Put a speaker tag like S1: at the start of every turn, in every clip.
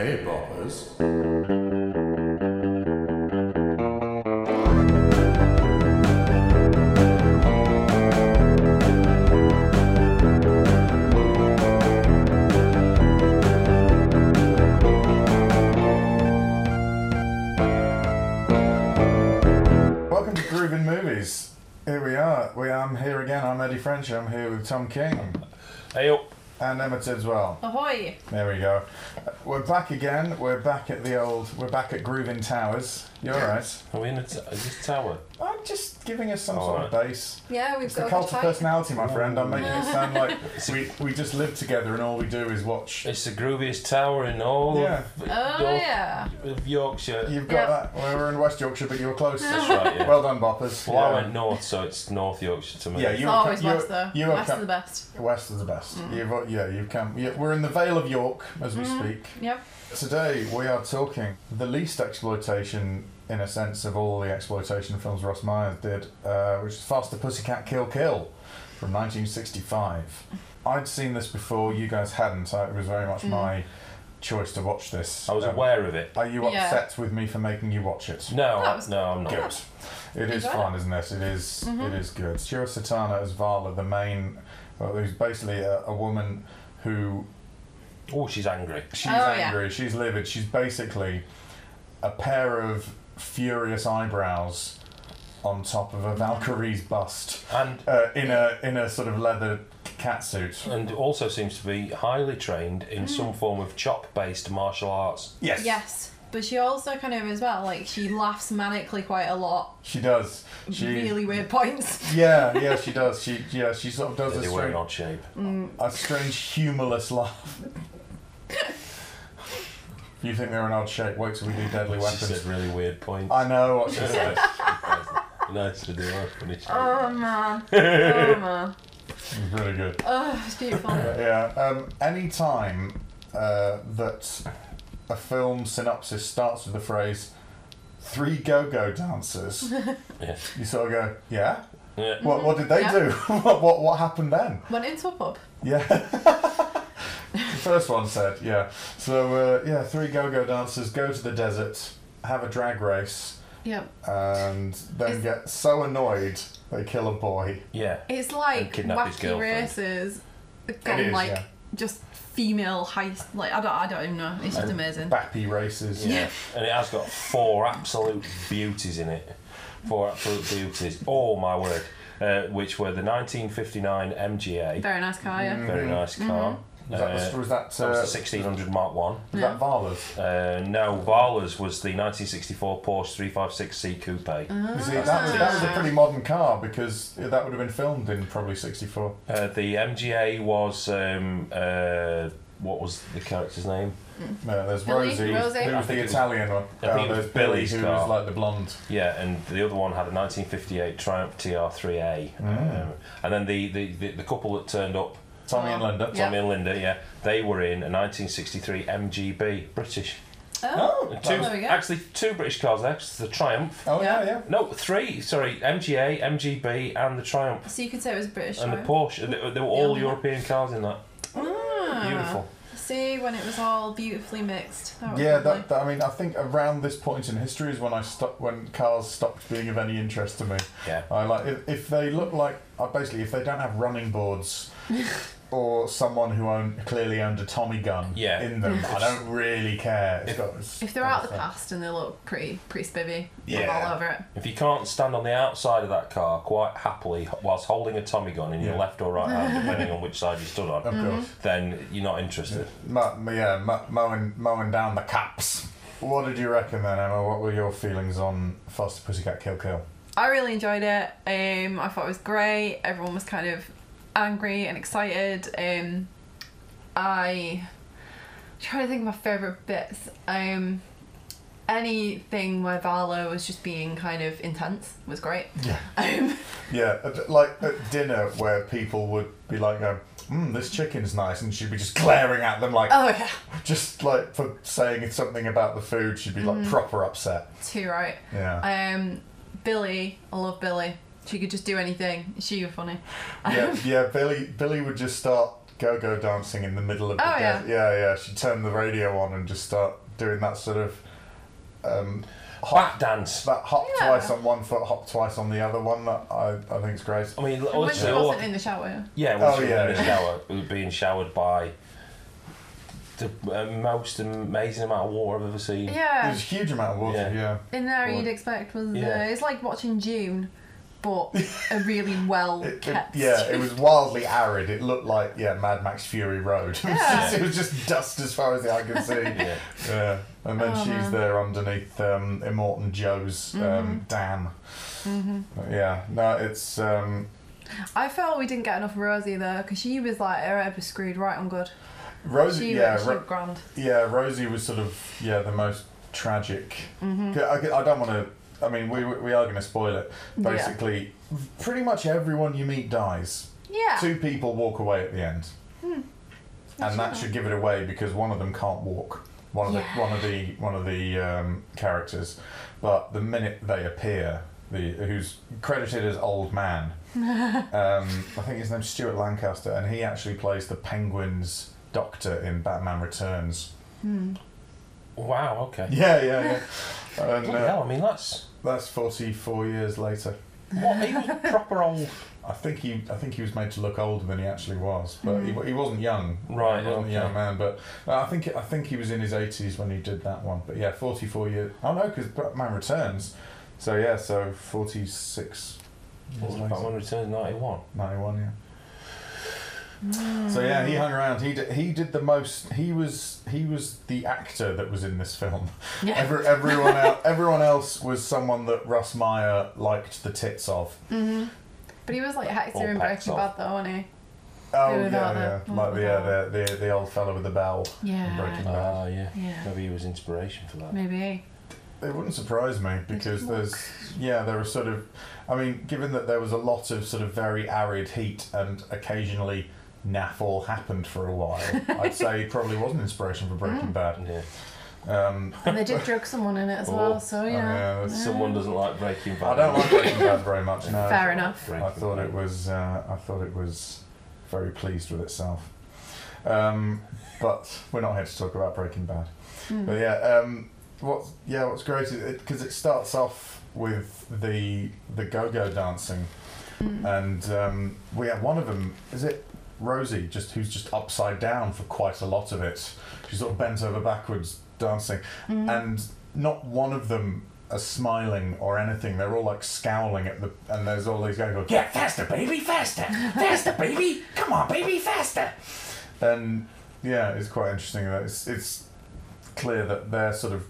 S1: Hey, boppers.
S2: Welcome to Grooving Movies. Here we are. We I'm here again. I'm Eddie French. I'm here with Tom King
S3: Hey, oh,
S2: and Emma Tidswell.
S4: Ahoy!
S2: There we go. Uh, We're back again. We're back at the old. We're back at Grooving Towers. You're right.
S3: are we in a t- is this tower?
S2: I'm just giving us some
S3: All
S2: sort of
S3: right.
S2: base.
S4: Yeah, we've
S2: It's the
S4: got
S2: cult of
S4: a good
S2: personality, my friend. I'm making it sound like we, we just live together and all we do is watch.
S3: It's the grooviest tower in all
S2: Yeah.
S3: of,
S4: Oh
S3: York-
S4: yeah.
S3: of Yorkshire.
S2: You've
S4: Yeah.
S2: got that. Well, we're in West Yorkshire, but you were close.
S3: That's right, yeah.
S2: Well done, boppers.
S3: Well, I went north, so it's North Yorkshire to me.
S2: Yeah, you
S4: It's
S2: were.
S4: always
S2: you were-
S4: West though.
S2: You were
S4: West
S2: co-
S4: is the best.
S2: West is the best. You've, yeah, you've come. Yeah, we're in the Vale of York as we speak.
S4: Yep.
S2: Today we are talking the least exploitation, in a sense, of all the exploitation films Ross Myers did, uh, which is Faster Pussycat Kill Kill from 1965. I'd seen this before, you guys hadn't, so it was very much my choice to watch this.
S3: I was
S2: Um,
S3: aware of it.
S2: Are you
S4: Yeah.
S2: upset with me for making you watch it?
S3: No,
S4: That was-
S3: no, I'm not.
S2: Good. It is
S4: got
S2: fun, isn't it? It is- It is good. Shiro Satana as Vala, the main. Well, who's basically a, a woman who
S3: Oh, she's angry.
S2: she's
S4: Oh, yeah.
S2: angry. She's livid. She's basically a pair of furious eyebrows on top of a Valkyrie's bust
S3: And
S2: uh, in a in a sort of leather catsuit.
S3: and also seems to be highly trained in
S4: Hmm.
S3: some form of chop based martial arts.
S2: Yes.
S4: Yes. But she also kind of as well, like she laughs manically quite a lot.
S2: She does. She
S4: really weird points.
S2: Yeah, yeah, she does. She yeah, she sort of does a
S3: They were in
S2: strange,
S3: odd shape.
S2: a strange humorless laugh. you think they're an odd shape? Wait till we do deadly
S3: She said
S2: weapons.
S3: really weird points.
S2: I know what she said.
S3: nice, nice to do. I've finished.
S4: oh man. Oh man.
S2: It's really good.
S4: Oh, it's beautiful.
S2: Yeah. Um, any time uh, that a film synopsis starts with the phrase three go-go dancers,
S3: Yeah.
S2: you sort of go, yeah.
S3: Yeah.
S2: What, what did they
S4: Mm-hmm. Yeah.
S2: do? what, what what happened then?
S4: Went into a pub.
S2: Yeah. the first one said, yeah. So uh, yeah, three go-go dancers go to the desert, have a drag race,
S4: Yep.
S2: and then
S4: Is-
S2: get so annoyed they kill a boy.
S3: yeah.
S4: It's like
S3: kidnapped his
S4: wacky
S3: girlfriend.
S4: races gone
S2: is,
S4: like
S2: yeah.
S4: just female heist like I don't I don't even know. It's just amazing.
S2: Bappy races.
S3: Yeah. And it has got four absolute beauties in it. Four absolute beauties. Oh my word. Uh, which were the 1959 MGA.
S4: Very nice car, yeah.
S3: Very nice car.
S2: Was Mm-hmm. that,
S3: Uh,
S2: the- was that,
S3: that
S2: uh,
S3: was
S2: was
S3: the 1600 Mark One.
S2: that Vala's?
S3: Uh, no, Varla's was the 1964 Porsche 356C Coupe.
S2: You
S4: Ah.
S2: see, that was, that was a pretty modern car because that would have been filmed in probably '64.
S3: Uh, the MGA was um, uh, what was the character's name?
S2: No, there's
S4: Billy,
S2: Rosie,
S4: Rosie.
S2: who
S3: I
S2: was
S3: think
S2: the
S3: it was-
S2: Italian one. Uh,
S3: I think it
S2: there's
S3: was
S2: Billy,
S3: Billy's
S2: who
S3: car.
S2: was like the blonde.
S3: Yeah, and the other one had a 1958 Triumph TR3A.
S2: Mm.
S3: Um, and then the, the, the, the couple that turned up,
S2: Tommy and
S4: Oh.
S2: Linda.
S4: Yeah.
S3: Tommy and Linda, yeah, they were in a 1963 MGB, British.
S4: Oh,
S2: Oh,
S3: Two,
S4: there we go.
S3: actually, two British cars there, 'cause the Triumph.
S2: oh yeah,
S4: Yeah.
S2: yeah.
S3: No, three, sorry, MGA, MGB, and the Triumph.
S4: so you could say it was British.
S3: Oh. And the
S4: right?
S3: Porsche, they, they were all
S4: Yeah.
S3: European cars in that.
S4: Ah.
S3: Beautiful.
S4: See when it was all beautifully mixed. That was
S2: Yeah,
S4: Oh, lovely.
S2: that, that, I mean, I think around this point in history is when I stopped, when cars stopped being of any interest to me.
S3: Yeah.
S2: I like if, if they look like, uh, basically, if they don't have running boards or someone who owned, clearly owned a Tommy gun
S3: Yeah.
S2: in them, I don't really care. It's
S3: If-
S2: got, it's-
S4: If they're out the past and they look pretty pretty spivvy,
S2: Yeah.
S4: I'm all over it.
S3: If you can't stand on the outside of that car quite happily whilst holding a Tommy gun in your
S2: Yeah.
S3: left or right hand, depending on which side you stood
S2: Of
S3: on,
S2: course.
S4: Mm-hmm.
S3: then you're not interested.
S2: Mo- mo- yeah, mo- mowing, mowing down the caps. What did you reckon then, Emma? What were your feelings on Faster Pussycat Kill Kill?
S4: I really enjoyed it. Um, I thought it was great. Everyone was kind of angry and excited. Um, I trying to think of my favorite bits. Um, anything where Vala was just being kind of intense was great.
S2: Yeah.
S4: Um,
S2: Yeah, a bit like at dinner where people would be like, um, mm, this chicken's nice, and she'd be just glaring at them like,
S4: oh yeah,
S2: just like for saying something about the food, she'd be like
S4: Mm-hmm.
S2: proper upset.
S4: too right.
S2: Yeah.
S4: Um, Billy, I love Billy. She could just do anything. She was funny. Um,
S2: yeah, yeah, Billy, Billy would just start go-go dancing in the middle of the
S4: Oh,
S2: desert. Yeah, yeah. She'd turn the radio on and just start doing that sort of um, hop,
S3: Bat dance.
S2: that hop
S4: Yeah.
S2: twice on one foot, hop twice on the other one. That I, I think is great.
S3: I mean,
S4: And when she
S3: literally, all I
S4: wasn't in the shower.
S3: Yeah, when
S2: Oh,
S3: she was
S2: yeah,
S3: in the
S2: yeah.
S3: shower, it was being showered by the uh, most amazing amount of water I've ever seen.
S4: Yeah.
S2: There's a huge amount of water.
S3: Yeah.
S2: Yeah,
S4: In there,
S3: Or-
S4: you'd expect was the,
S3: Yeah.
S4: it's like watching June, but a really well
S2: It- it-
S4: kept.
S2: yeah. It was wildly arid. It looked like yeah, Mad Max Fury Road. It was,
S4: Yeah.
S2: just, it was just dust as far as the eye could see.
S3: Yeah.
S2: yeah, and then
S4: Oh,
S2: she's
S4: man. Mm-hmm.
S2: there underneath um, Immortan Joe's um, dam.
S4: Mhm.
S2: But yeah, no, it's um,
S4: I felt we didn't get enough Rosie though, because she was like her head was screwed right on good.
S2: Rosie.
S4: She
S2: yeah,
S4: was she
S2: Ro-
S4: was grand.
S2: Yeah, Rosie was sort of yeah the most tragic.
S4: Mm-hmm.
S2: I, I don't want to. I mean, we we are going to spoil it.
S4: Yeah.
S2: Basically, pretty much everyone you meet dies.
S4: Yeah.
S2: Two people walk away at the end,
S4: Hmm.
S2: and that should give it away because one of them can't walk. One of
S4: Yeah.
S2: the one of the one of the um, characters, but the minute they appear, the who's credited as old man. um, I think his name's Stuart Lancaster, and he actually plays the Penguin's doctor in Batman Returns.
S3: Wow. Okay.
S2: Yeah, yeah, yeah. And
S3: Bloody
S2: uh,
S3: hell, I mean, that's
S2: that's forty-four years later.
S3: what he was proper old.
S2: I think he, I think he was made to look older than he actually was, but he,
S3: Hmm.
S2: he wasn't young.
S3: Right,
S2: he wasn't
S3: okay.
S2: a young man. But uh, I think, I think he was in his eighties when he did that one. But yeah, forty-four years. Oh no, because Batman Returns. So yeah, so forty-six. years later.
S3: Batman Returns '91.
S2: 91, yeah.
S3: Hmm.
S2: So yeah, he hung around. He did, he did the most. He was he was the actor that was in this film.
S4: Yeah.
S2: Every, everyone else, everyone else was someone that Russ Meyer liked the tits of.
S4: Mm-hmm. But he was like
S3: All
S4: Hector in
S3: packs
S4: Breaking
S3: off.
S4: Bad though, wasn't he?
S2: Oh
S4: Who
S2: yeah,
S4: was
S2: yeah,
S4: that?
S2: like the, uh, the the the old fellow with the bell.
S4: Yeah.
S2: Breaking Bad.
S3: Ah, yeah.
S4: Yeah.
S3: Maybe he was inspiration for that.
S4: Maybe.
S2: It wouldn't surprise me because
S4: didn't
S2: there's yeah there were sort of, I mean, given that there was a lot of sort of very arid heat and occasionally naff all happened for a while, I'd say it probably was an inspiration for Breaking Bad.
S3: Yeah.
S2: Um,
S4: And they did drug someone in it as
S3: Oh,
S4: well, so
S2: and,
S4: yeah.
S2: uh,
S3: Someone doesn't like Breaking Bad.
S2: I don't like Breaking Bad very much. No,
S4: Fair enough.
S3: Breaking
S2: I thought
S3: Bad.
S2: it was. Uh, I thought it was very pleased with itself. Um, but we're not here to talk about Breaking Bad. But yeah, um, what? Yeah, what's great is because it, starts off with the the go go dancing, and um, we have one of them. Is it? Rosie, just who's just upside down for quite a lot of it. She's sort of bent over backwards dancing, and not one of them are smiling or anything. They're all like scowling at the, and there's all these guys going, "Yeah, faster, baby, faster, faster, baby, come on, baby, faster." And yeah, it's quite interesting that it's it's clear that they're sort of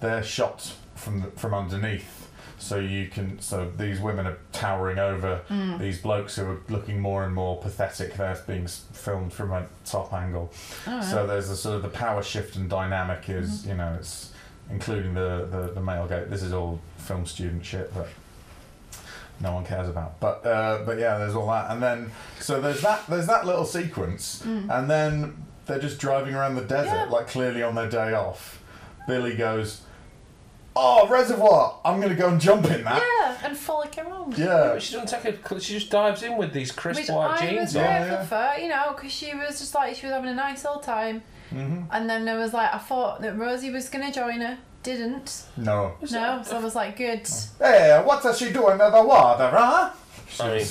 S2: they're shot from the, from underneath. So you can so these women are towering over these blokes who are looking more and more pathetic. They're being s- filmed from a top angle. So there's a sort of the power shift and dynamic is you know it's including the, the the male gate. This is all film student shit that no one cares about. But uh, but yeah, there's all that, and then so there's that there's that little sequence, and then they're just driving around the desert
S4: Yeah.
S2: like clearly on their day off. Billy goes, "Oh, reservoir! I'm gonna go and jump in that."
S4: yeah, and frolic around.
S2: Yeah,
S3: But she doesn't take a. She just dives in with these crisp
S4: Which
S3: white
S4: I
S3: jeans
S4: was
S3: on.
S2: Yeah.
S4: grateful for, you know, because she was just like she was having a nice old time,
S2: Mhm.
S4: and then there was like I thought that Rosie was gonna join her, didn't.
S2: no.
S4: No, so I was like, good.
S2: Oh. Hey, what does she doing in the water, huh?
S3: I mean,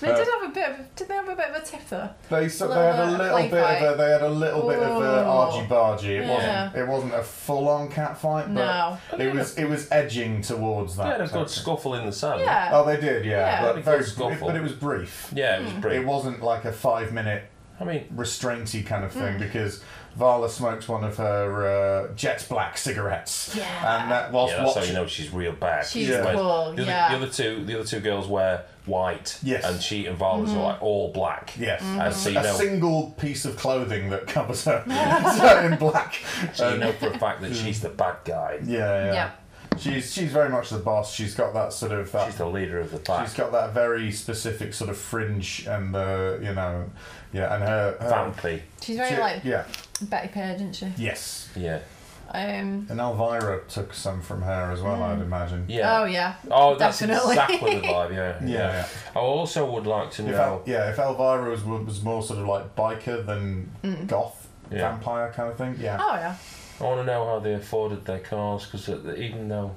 S4: They
S2: Uh,
S4: did have a bit. Of, did they have a bit of a tip though?
S2: They so they
S4: Little
S2: had a
S4: bit of
S2: little
S4: play
S2: bit of
S4: fight.
S2: a, they had a little bit of a
S4: Ooh.
S2: argy bargy. It
S4: Yeah.
S2: wasn't it wasn't a full on cat fight,
S4: No.
S2: but it was it was edging towards
S3: they
S2: that.
S3: had a good
S2: Okay.
S3: scuffle in the sand.
S4: Yeah.
S2: Oh, they did, yeah,
S4: Yeah.
S2: but
S3: Pretty
S2: very
S3: good
S2: it,
S3: scuffle.
S2: but it was brief.
S3: Yeah,
S4: Hmm.
S3: it was
S2: It
S3: brilliant.
S2: wasn't like a five minute
S3: I mean,
S2: restrainty kind of
S4: Hmm.
S2: thing because Vala smokes one of her uh, jet black cigarettes,
S4: Yeah.
S2: and that whilst
S3: yeah, that's how
S2: watching,
S3: you know she's real bad.
S4: She's
S3: She wears-
S4: cool,
S3: The other,
S4: yeah.
S3: the other two, the other two girls wear white.
S2: Yes.
S3: And she and Vala's
S4: Mm-hmm.
S3: are like all black.
S2: yes,
S4: Mm.
S3: And so you
S2: a
S3: know,
S2: single piece of clothing that covers her so in black. Um,
S3: so you know for a fact that she's the bad guy.
S2: Yeah, yeah,
S4: Yeah.
S2: She's she's very much the boss. She's got that sort of that
S3: She's the leader of the pack.
S2: She's got that very specific sort of fringe and the you know, yeah, and her, her
S3: Vampy.
S4: She's very
S2: she-
S4: like
S2: yeah,
S4: Betty Page, isn't she?
S2: yes,
S3: Yeah.
S4: Um,
S2: And Elvira took some from her as
S4: Hmm.
S2: well, I'd imagine.
S3: Yeah.
S4: Oh yeah.
S3: Oh, that's
S4: Definitely.
S3: exactly the vibe. Yeah.
S2: Yeah, yeah.
S3: I also would like to
S2: If
S3: know.
S2: El- yeah, if Elvira was, was more sort of like biker than goth
S3: Yeah.
S2: vampire kind of thing, yeah.
S4: Oh yeah.
S3: I want to know how they afforded their cars because even though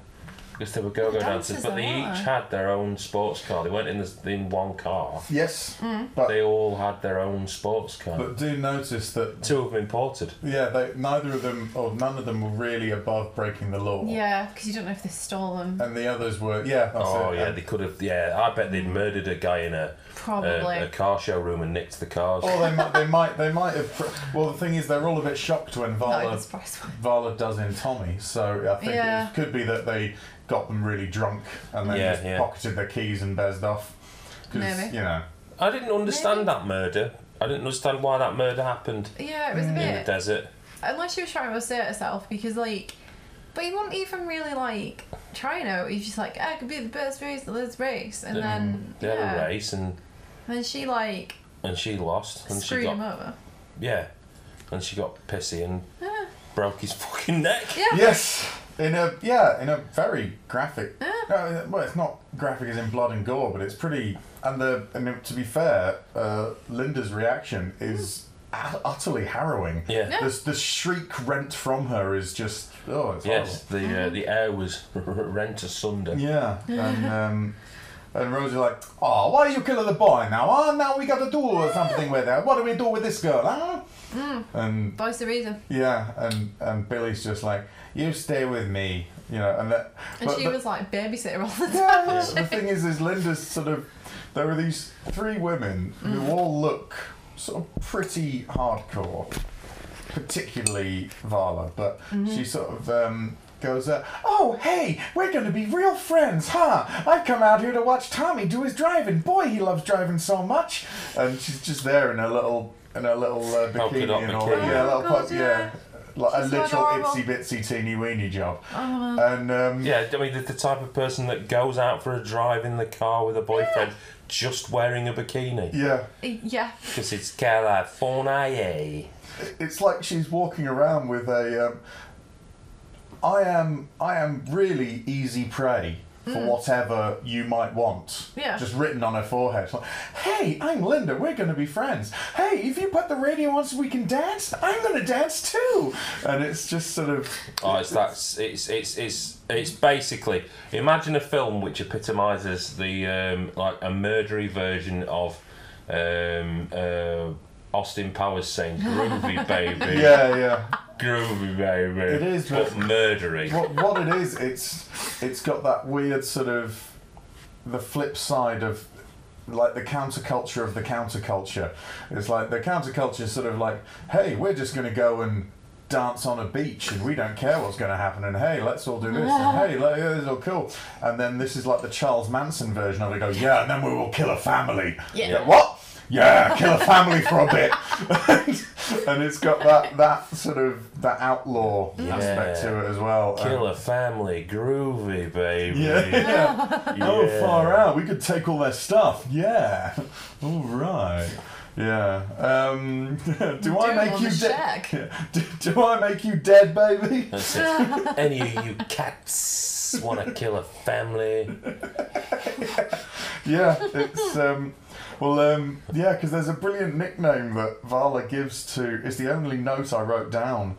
S3: because they were go-go
S4: They're
S3: dancers,
S4: dancers,
S3: but they
S4: though, aren't
S3: each
S4: they?
S3: had their own sports car. They weren't in this in one car.
S2: Yes,
S4: Mm.
S2: but
S3: They all had their own sports car.
S2: but do notice that
S3: Two of them imported.
S2: yeah, they, neither of them or none of them were really above breaking the law.
S4: Yeah, because you don't know if they stole them.
S2: And the others were yeah. That's
S3: oh
S2: it.
S3: yeah,
S2: and-
S3: they could have. Yeah, I bet they'd murdered a guy in
S2: uh,
S3: a
S4: Probably.
S3: a, a car showroom and nicked the cars.
S2: Or they might, they might, they might have. pr- Well, the thing is, they're all a bit shocked when
S4: Not
S2: Vala
S4: even surprised.
S2: Vala does in Tommy. So I think
S4: Yeah.
S2: it could be that they got them really drunk and then
S3: Yeah,
S2: just
S3: yeah.
S2: pocketed their keys and bezzed off. 'Cause,
S4: Maybe.
S2: you know,
S3: I didn't understand
S4: Maybe.
S3: that murder. I didn't understand why that murder happened
S4: Yeah, it was a
S3: in the
S4: bit.
S3: desert.
S4: Unless she was trying to assert herself, because like, but he wasn't even really like trying out. He's just like, "Ah, I could be the best race at this race, and
S3: Then
S4: then
S3: They
S4: yeah,
S3: had a race and
S4: and then she like
S3: and she lost and
S4: screwed
S3: she got
S4: him over.
S3: yeah, and she got pissy and
S4: Yeah.
S3: broke his fucking neck.
S4: Ah. Yeah.
S2: yes, in a yeah, in a very graphic. Uh, well, it's not graphic as in blood and gore, but it's pretty. And the and to be fair, uh, Linda's reaction is ut- utterly harrowing.
S3: Yeah.
S4: Hmm. Yeah.
S2: The, the shriek rent from her is just oh, it's horrible.
S3: Yes, the
S4: Mm-hmm.
S3: uh, the air was rent asunder.
S2: Yeah, and um, and Rosie like, oh, why are you killing the boy now? Oh, now we got to do something with her. What do we do with this girl? Huh?
S4: Hmm.
S2: And
S4: Voice the reason,
S2: yeah, and and Billy's just like, you stay with me, you know, and that.
S4: and
S2: but
S4: she
S2: the-
S4: was like babysitter all the
S2: yeah,
S4: time.
S2: the thing is, is Linda's sort of there were these three women
S4: Mm.
S2: who all look sort of pretty hardcore, particularly Vala, but
S4: Mm-hmm.
S2: she sort of. Um, Goes, uh, oh hey, we're gonna be real friends, huh? I've come out here to watch Tommy do his driving. Boy, he loves driving so much. And she's just there in her little, in her little uh,
S3: Polka
S2: bikini
S3: dot
S2: and all,
S3: bikini.
S2: yeah,
S4: Oh,
S2: little
S4: God,
S2: pop, yeah, like a
S4: She's so
S2: literal
S4: adorable.
S2: itsy bitsy teeny weeny job.
S4: Oh,
S2: And um,
S3: Yeah, I mean the, the type of person that goes out for a drive in the car with a boyfriend just wearing a bikini
S2: yeah,
S4: yeah.
S3: because it's California.
S2: it's like she's walking around with a um, I am I am really easy prey for whatever you might want.
S4: Yeah.
S2: Just written on her forehead. It's like, hey, I'm Linda. We're going to be friends. Hey, if you put the radio on so we can dance, I'm going to dance too. And it's just sort of
S3: Oh, it's that's it's it's it's it's basically imagine a film which epitomises the um, like a murdery version of um, uh, Austin Powers saying groovy baby,
S2: yeah, yeah.
S3: groovy baby.
S2: It is,
S3: but
S2: but-
S3: murdery.
S2: what, what it is, it's it's got that weird sort of the flip side of like the counterculture of the counterculture. It's like the counterculture is sort of like, hey, we're just going to go and dance on a beach and we don't care what's going to happen and hey let's all do this and hey let, yeah, this is all cool and then this is like the charles manson version of it go yeah and then we will kill a family
S4: Yeah.
S2: what yeah kill a family for a bit and it's got that that sort of that outlaw aspect to it as well And-
S3: Kill a family, groovy baby.
S2: yeah.
S3: Yeah.
S2: Oh, far out. We could take all their stuff. Yeah. All right. Yeah. Um, do
S4: Doing
S2: I make
S4: on
S2: you
S4: the
S2: dead?
S4: shack.
S2: Do, do I make you dead, baby?
S3: That's it. Any of you cats want to kill a family?
S2: Yeah. It's um, well, um, yeah, because there's a brilliant nickname that Vala gives to. It's the only note I wrote down.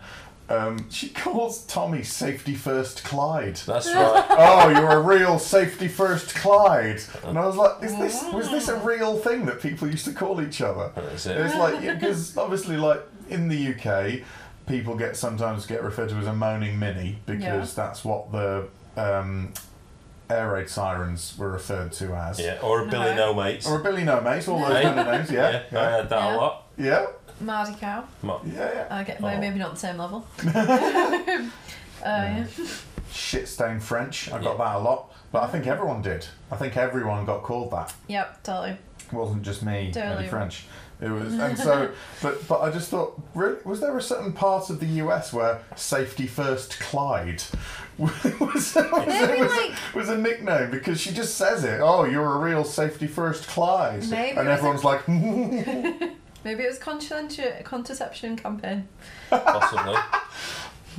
S2: Um, she calls Tommy Safety First Clyde.
S3: That's right.
S2: oh, you're a real safety first Clyde. And I was like, is this was this a real thing that people used to call each other?
S3: That's it.
S2: It's like because obviously, like in the UK, people get sometimes get referred to as a moaning mini because that's what the um, air raid sirens were referred to as.
S3: Yeah, or a Billy No Mates.
S2: Or a Billy No Mates, all those
S3: Hey.
S2: kind of names.
S3: Yeah,
S2: Yeah,
S3: I
S2: yeah,
S3: had that a
S4: Yeah.
S3: lot.
S2: yeah,
S4: Mardi cow.
S3: Mo-
S2: yeah. yeah.
S4: I get
S3: Oh.
S4: maybe not the same level. Oh yeah.
S2: Shit stained French. I got that a lot, but I think everyone did. I think everyone got called that.
S4: Yep, totally.
S2: It wasn't just me
S4: Totally.
S2: Eddie French. It was, and so, but but I just thought, really, was there a certain part of the US where "safety first, Clyde" was, was, was,
S4: Maybe
S2: was-
S4: like-
S2: was a nickname because she just says it. Oh, you're a real safety first, Clyde,
S4: Maybe
S2: and
S4: it was
S2: everyone's like,
S4: Maybe it was conscientia- contraception campaign.
S3: Possibly.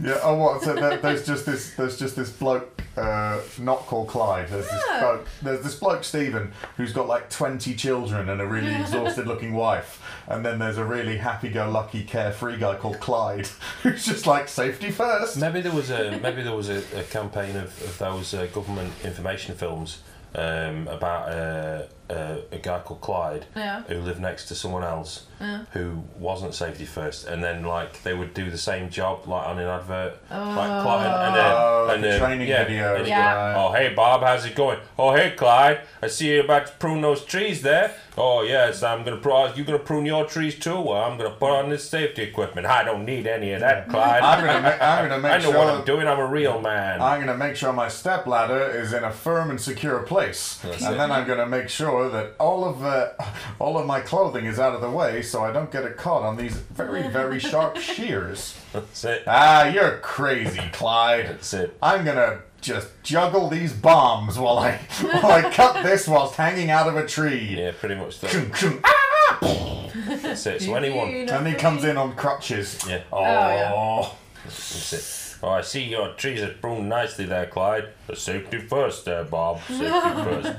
S2: Yeah. Oh, what? So there, there's just this. There's just this bloke, uh, not called Clyde. There's this
S4: Yeah.
S2: bloke. There's this bloke Stephen, who's got like twenty children and a really exhausted-looking wife. And then there's a really happy-go-lucky, carefree guy called Clyde, who's just like safety first.
S3: Maybe there was a maybe there was a, a campaign of, of those uh, government information films um, about uh, uh, a guy called Clyde
S4: Yeah.
S3: who lived next to someone else
S4: Yeah.
S3: who wasn't safety first, and then like they would do the same job like on an advert, like Clyde, and then
S2: Oh,
S3: and
S2: the
S3: then,
S2: training
S3: yeah,
S2: video.
S3: and you
S4: Yeah.
S3: go,
S2: right.
S3: Oh hey Bob, how's it going? Oh hey Clyde, I see you're about to prune those trees there. Oh yes, I'm gonna prune. You gonna prune your trees too? Well, I'm gonna put on this safety equipment. I don't need any of that, Clyde.
S2: I'm gonna. Ma- I'm gonna make
S3: I know
S2: sure.
S3: what I'm doing. I'm a real man.
S2: I'm going to make sure my stepladder is in a firm and secure place,
S3: That's
S2: and
S3: it.
S2: then I'm going to make sure that all of uh, all of my clothing is out of the way, so I don't get it caught on these very very sharp shears.
S3: That's it.
S2: Ah, you're crazy, Clyde.
S3: That's it.
S2: I'm going to just juggle these bombs while I while I cut this whilst hanging out of a tree.
S3: Yeah, pretty much that.
S2: Chum, chum, ah!
S3: That's it. So anyone.
S2: And he comes in on crutches.
S3: Yeah.
S2: Oh.
S4: yeah.
S3: That's it. Oh, I see your trees are pruned nicely there, Clyde. But safety first, there, Bob. Safety first.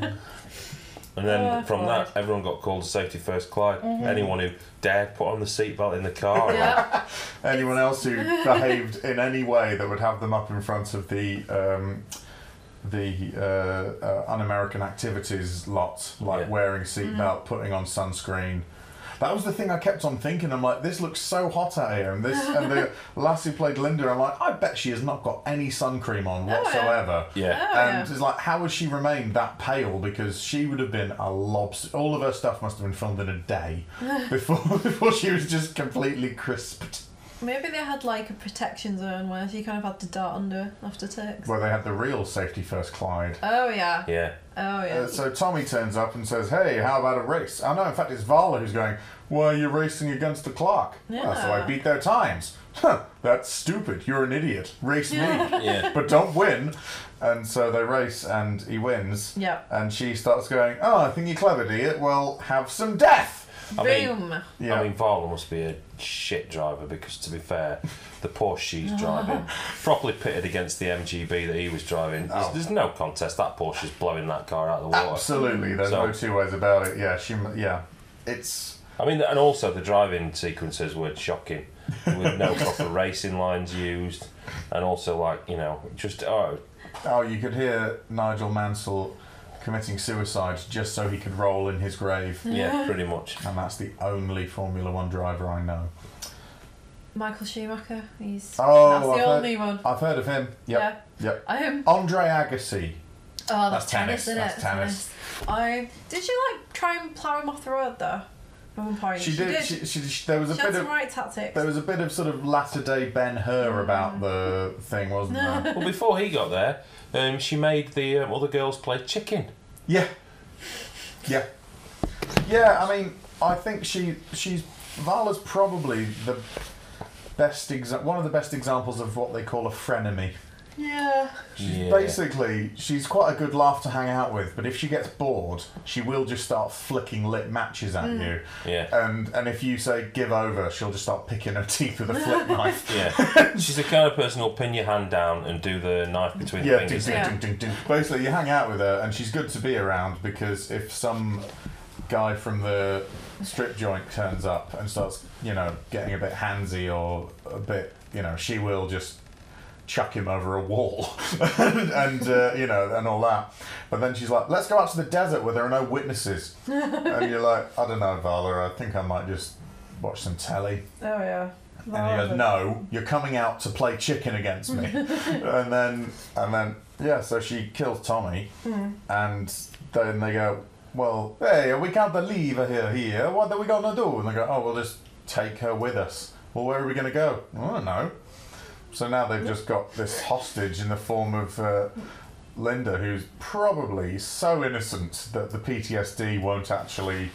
S3: And then
S4: Oh,
S3: from
S4: Clyde.
S3: that, everyone got called safety first, Clyde.
S2: Mm-hmm.
S3: Anyone who dared put on the seatbelt in the car.
S4: Yeah.
S2: Anyone else who behaved in any way that would have them up in front of the um, the uh, uh, un-American activities lot, like
S3: Yeah.
S2: wearing
S4: Mm-hmm.
S2: seatbelt, putting on sunscreen. That was the thing I kept on thinking. I'm like, this looks so hot out here, and this and the lass who played Linda, I'm like, I bet she has not got any sun cream on
S4: Oh, yeah.
S2: whatsoever.
S3: Yeah.
S4: Oh,
S2: And
S4: yeah.
S2: it's like, how has she remained that pale? Because she would have been a lobster. All of her stuff must have been filmed in a day before before she was just completely crisped.
S4: Maybe they had like a protection zone where she kind of had to dart under after ticks.
S2: Where they had the real safety first Clyde.
S4: Oh yeah.
S3: Yeah.
S4: Oh yeah.
S2: Uh, so Tommy turns up and says, "Hey, how about a race?" I know. In fact, it's Vala who's going. Why are you racing against the clock? Well, so I
S4: Yeah.
S2: beat their times. Huh, that's stupid. You're an idiot. Race me,
S3: Yeah.
S2: but don't win. And so they race, and he wins.
S4: Yeah.
S2: And she starts going, "Oh, I think you're clever, idiot. Well, have some death."
S3: I mean-
S4: Boom.
S2: Yeah.
S3: I mean, Varla must be a shit driver because, to be fair, the Porsche she's driving, properly pitted against the MGB that he was driving, there's,
S2: Oh.
S3: there's no contest. That Porsche is blowing that car out of the water.
S2: Absolutely, there's
S3: So-
S2: no two ways about it. Yeah, she. mu- Yeah, it's
S3: I mean, and also the driving sequences were shocking, with no proper racing lines used, and also like you know just oh
S2: Oh, you could hear Nigel Mansell committing suicide just so he could roll in his grave.
S3: yeah, pretty much.
S2: And that's the only Formula One driver I know.
S4: Michael Schumacher. He's
S2: Oh,
S4: that's the
S2: I've heard-
S4: only one.
S2: I've heard of him. Yep. Yep.
S4: I am.
S2: Andre Agassi.
S4: Oh,
S2: That's tennis,
S4: that's, tennis, isn't
S2: that's
S4: it?
S2: tennis.
S4: I did you like try and plough him off the road though? At one point,
S2: She did. She, she, she, there was a
S4: She had
S2: bit
S4: some
S2: of
S4: right tactics.
S2: there was a bit of sort of latter day Ben Hur about the thing, wasn't there?
S3: Well, before he got there, um, she made the um, other girls play chicken.
S2: Yeah. Yeah. Yeah, I mean, I think she she's Vala's probably the best exa- one of the best examples of what they call a frenemy.
S4: Yeah.
S2: She's
S3: Yeah.
S2: Basically, she's quite a good laugh to hang out with, but if she gets bored, she will just start flicking lit matches at you.
S3: Yeah,
S2: And and if you say give over, she'll just start picking her teeth with a flip knife.
S3: yeah. She's the kind of person who'll pin your hand down and do the knife between the
S2: Yeah, ding,
S3: fingers.
S2: ding,
S4: Yeah.
S2: ding, ding, ding. Basically, you hang out with her, and she's good to be around because if some guy from the strip joint turns up and starts, you know, getting a bit handsy or a bit, you know, she will just chuck him over a wall and, and uh, you know and all that but then she's like let's go out to the desert where there are no witnesses and you're like i don't know vala i think i might just watch some telly
S4: Oh yeah.
S2: and he goes, "No, you're coming out to play chicken against me." and then, and then, yeah. So she kills Tommy, and then they go, "Well, hey, we can't leave her here. What are we gonna do?" And they go, "Oh, we'll just take her with us." Well, where are we gonna go? I don't know. So now they've just got this hostage in the form of. Uh, Linda, who's probably so innocent that the PTSD won't actually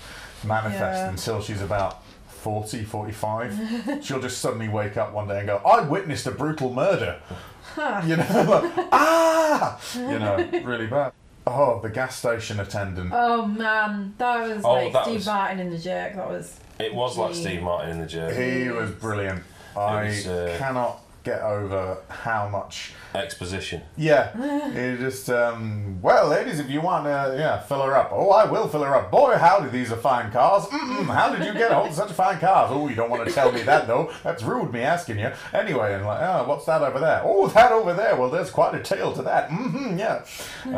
S2: manifest
S4: Yeah.
S2: until she's about 40, 45. She'll just suddenly wake up one day and go, I witnessed a brutal murder. You know, like, ah! You know, really bad. Oh, the gas station attendant.
S4: Oh man, that was
S3: Oh,
S4: like
S3: that
S4: Steve
S3: was-
S4: Martin in the jerk. That was.
S3: It was like Steve Martin in the jersey.
S2: He was brilliant. I
S3: was, uh,
S2: cannot get over how much.
S3: Exposition.
S2: Yeah, you just um, well, ladies, if you want, uh, yeah, fill her up. Oh, I will fill her up. Boy, howdy, these are fine cars. Mm-mm, how did you get hold of such fine cars? Oh, you don't want to tell me that though. That's rude, me asking you. Anyway, and like, oh, what's that over there? Oh, that over there. Well, there's quite a tale to that. Mm-hmm, yeah,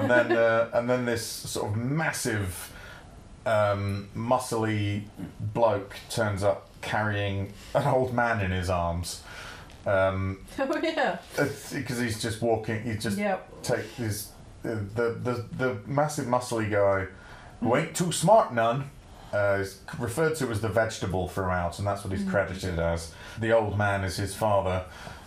S2: and then uh, and then this sort of massive um, muscly bloke turns up carrying an old man in his arms. Um,
S4: Oh yeah.
S2: because he's just walking, he's just
S4: Yep.
S2: take his uh, the the the massive muscly guy, who ain't too smart none. Uh, is referred to as the vegetable throughout, and that's what he's credited as. The old man is his father,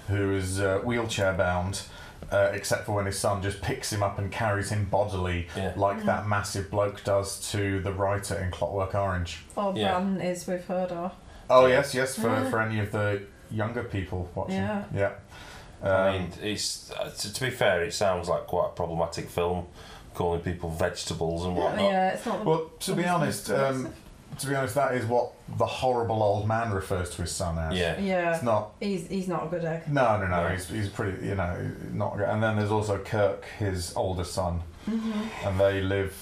S2: who is uh, wheelchair bound, uh, except for when his son just picks him up and carries him bodily,
S3: Yeah.
S2: like that massive bloke does to the writer in Clockwork Orange.
S4: Bob
S3: Yeah.
S4: Brown is with Hodor.
S2: Oh yes, yes, for, for any of the younger people watching.
S4: Yeah.
S2: Yeah.
S3: I
S2: Um,
S3: mean, it's uh, to, to be fair, it sounds like quite a problematic film, calling people vegetables and
S2: Oh.
S3: whatnot.
S4: Yeah, it's not the
S2: well, to be honest, um, to be honest, that is what the horrible old man refers to his son as.
S3: Yeah.
S4: Yeah.
S2: It's not.
S4: He's he's not a good egg.
S2: No, no, no.
S3: Yeah.
S2: He's, he's pretty. You know, not. And then there's also Kirk, his older son,
S4: Mm-hmm.
S2: and they live.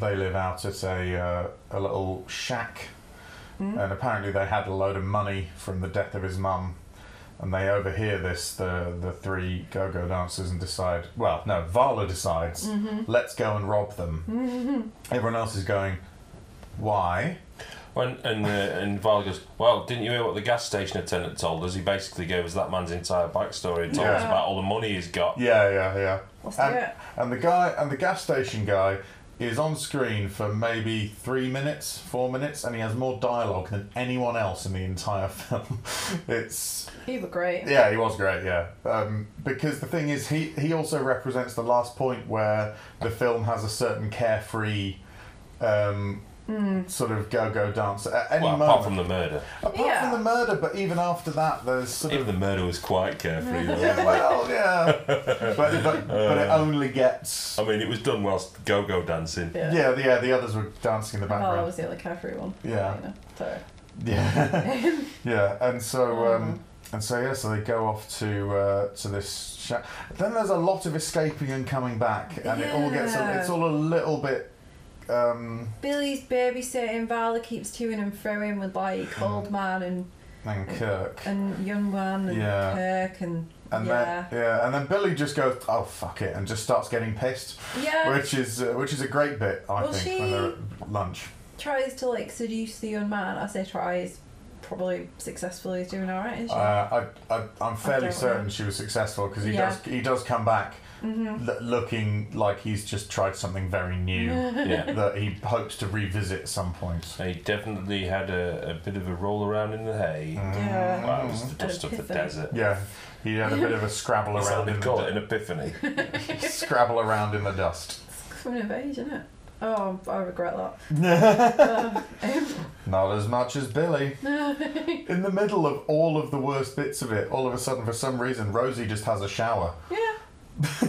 S2: They live out at a uh, a little shack,
S4: Mm-hmm. Hmm.
S2: and apparently they had a load of money from the death of his mum, and they overhear this. The the three go-go dancers and decide. Well, no, Vala decides.
S4: Hmm. Mm-hmm.
S2: Let's go and rob them. Everyone else is going. Why?
S3: When and uh, and Val goes, well, didn't you hear what the gas station attendant told us? He basically gave us that man's entire backstory and told us
S2: Yeah.
S3: about all the money he's got.
S2: Yeah, yeah, yeah.
S4: Let's do
S2: And,
S4: it.
S2: and the guy and the gas station guy is on screen for maybe three minutes, four minutes, and he has more dialogue than anyone else in the entire film. it's
S4: He looked great.
S2: yeah, he was great. Yeah, um, because the thing is, he he also represents the last point where the film has a certain carefree. Um,
S4: Mm.
S2: Sort of go-go dance at any
S3: Well,
S2: moment.
S3: apart from the murder,
S4: Yeah.
S2: the murder, but even after that, there's sort
S3: even
S2: of
S3: the murder was quite carefree. though.
S2: yeah, well, yeah. but, but, but it only gets
S3: I mean, it was done whilst go-go dancing.
S4: Yeah.
S2: Yeah, the, yeah, the others were dancing in the
S4: Oh, that
S2: background.
S4: was the other carefree one.
S2: Yeah.
S4: You know, Sorry.
S2: Yeah, yeah, and so
S4: Uh-huh.
S2: um, and so yeah, so they go off to uh, to this. Sha- then there's a lot of escaping and coming back, and it all gets a,
S4: Yeah.
S2: it's all a little bit. Um,
S4: Billy's babysitting Vala keeps to and froing with like
S2: Mm.
S4: old man and
S2: and Kirk,
S4: and young man and
S2: Yeah.
S4: Kirk and,
S2: and
S4: yeah.
S2: then yeah, and then Billy just goes, "Oh fuck it," and just starts getting pissed,
S4: yeah.
S2: which is uh, which is a great bit, I
S4: Well,
S2: think,
S4: she-
S2: when they're at lunch.
S4: tries to like seduce the young man. I say tries, probably successfully is doing alright, isn't she?
S2: Uh, I, I, I'm fairly
S4: don't
S2: certain
S4: know.
S2: she was successful because he
S4: Yeah.
S2: does he does come back
S4: Mm-hmm.
S2: lo- looking like he's just tried something very new
S3: Yeah.
S2: that he hopes to revisit at some point.
S3: He definitely had a, a bit of a roll around in the hay.
S2: Mm.
S4: yeah.
S3: Well, it was the dust of the
S4: Epiphany.
S3: desert.
S2: Yeah, he had a bit of a scrabble
S3: Is that
S2: around
S3: what
S2: in
S3: they
S2: the
S3: call it? An
S2: dust.
S3: epiphany.
S2: scrabble around in the dust.
S4: It's coming of age, isn't it? Oh, I regret Um, that.
S2: Not as much as Billy. in the middle of all of the worst bits of it, all of a sudden, for some reason, Rosie just has a shower.
S4: Yeah.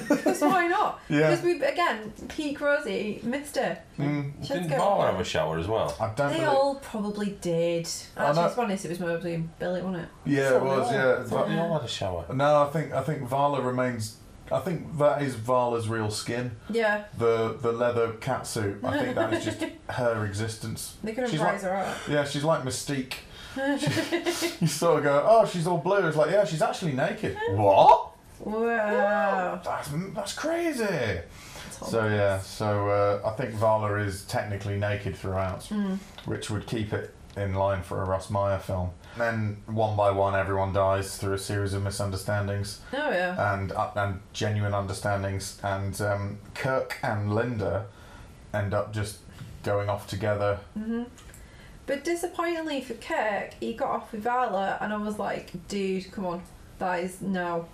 S4: Because why not?
S2: Yeah.
S4: Because we again peak Rosie missed her. She had to
S3: Didn't
S4: go
S3: Val
S4: out.
S3: have a shower as well?
S2: Mm. I don't.
S4: They
S2: believe-
S4: all probably did.
S2: I
S4: Actually,
S2: know-
S4: to be honest, it was mostly Billy, wasn't it?
S2: yeah, it was. Yeah,
S3: Thought they all had a shower.
S2: No, I think I think Vala remains. I think that is Vala's real skin.
S4: Yeah,
S2: The the leather catsuit. I think that is just her existence.
S4: they could
S2: She's
S4: have
S2: like-
S4: raised her up.
S2: Yeah, she's like Mystique. She- you sort of go, oh, she's all blue. It's like, yeah, she's actually naked. what?
S4: Wow.
S2: That's that's crazy.
S4: Tom.
S2: So yeah, so uh, I think Vala is technically naked throughout,
S4: Hmm.
S2: which would keep it in line for a Russ Meyer film. Then one by one, everyone dies through a series of misunderstandings.
S4: oh yeah.
S2: and uh, and genuine understandings. And um, Kirk and Linda end up just going off together.
S4: Mm-hmm. But disappointingly for Kirk, he got off with Vala, and I was like, dude, come on, that is no,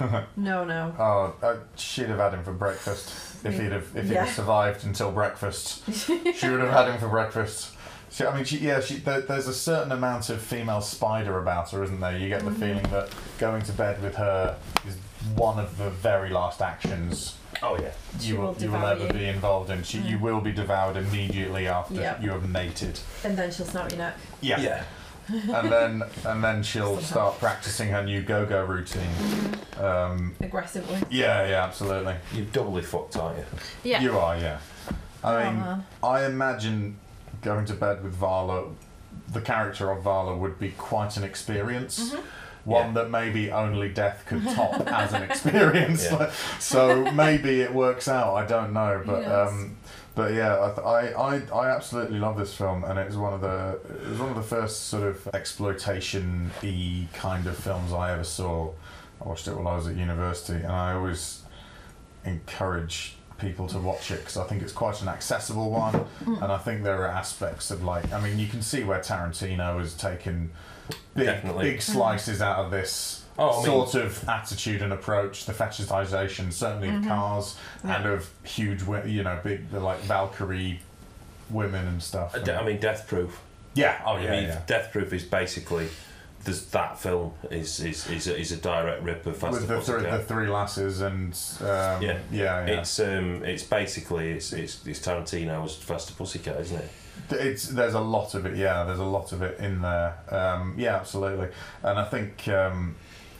S4: no, no.
S2: Oh, uh, she'd have had him for breakfast if he'd have if he'd
S4: Yeah.
S2: have survived until breakfast. she would have had him for breakfast. She, I mean, she, yeah, she, there, there's a certain amount of female spider about her, isn't there? You get the
S4: Mm-hmm.
S2: feeling that going to bed with her is one of the very last actions
S3: Oh yeah.
S4: She
S2: you
S4: will
S2: will, you will
S4: devour
S2: ever
S4: you. Mm.
S2: be involved in. She, You will be devoured immediately after
S4: Yeah.
S2: you have mated.
S4: And then she'll snap your neck.
S3: Yeah.
S2: and then and then she'll start practicing her new go-go routine. Um,
S4: aggressively.
S2: yeah, yeah, absolutely.
S3: You've doubly fucked, aren't you?
S4: Yeah.
S2: You are, yeah. I
S4: Oh,
S2: mean,
S4: man.
S2: I imagine going to bed with Vala, the character of Vala, would be quite an experience. One
S3: Yeah.
S2: that maybe only death could top as an experience.
S3: Yeah.
S2: so maybe it works out. I don't know, but
S4: Yes.
S2: um, but yeah, I, th- I, I I absolutely love this film, and it was one of the it was one of the first sort of exploitation y kind of films I ever saw. I watched it while I was at university, and I always encourage people to watch it because I think it's quite an accessible one, and I think there are aspects of like I mean you can see where Tarantino has taken big
S3: Definitely.
S2: big slices out of this
S3: Oh, I mean-
S2: sort of attitude and approach, the fetishization certainly of cars and of huge wi- you know big the like Valkyrie women and stuff.
S3: I de- I mean, Death Proof.
S2: yeah, oh
S3: I
S2: yeah,
S3: mean,
S2: yeah.
S3: Death Proof is basically there's that film is is is a, is a direct rip of Fast
S2: With
S3: and
S2: the, thr-
S3: Pussycat.
S2: the three lasses and um,
S3: Yeah.
S2: yeah, yeah,
S3: It's um, it's basically it's it's, it's Tarantino's Faster Pussycat, isn't it?
S2: It's there's a lot of it, yeah. There's a lot of it in there, um, yeah, absolutely. And I think, um,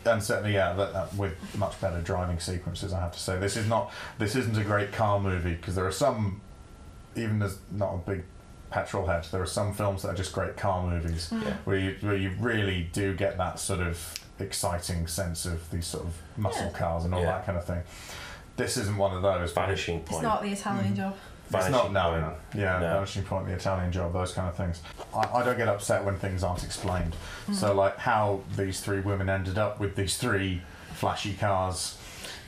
S2: and certainly, yeah, that, that with much better driving sequences, I have to say, this is not this isn't a great car movie because there are some, even as not a big petrol head, there are some films that are just great car movies
S4: Mm.
S3: Yeah.
S2: where you where you really do get that sort of exciting sense of these sort of muscle cars and all
S3: Yeah.
S2: that kind of thing. This isn't one of those.
S3: Vanishing
S4: It's
S3: Point.
S4: not the Italian job.
S2: It's
S3: Vanishing
S2: not no, no.
S3: Point.
S2: yeah,
S3: No.
S2: vanishing point, the Italian job, those kind of things. I, I don't get upset when things aren't explained.
S4: Hmm.
S2: So like how these three women ended up with these three flashy cars,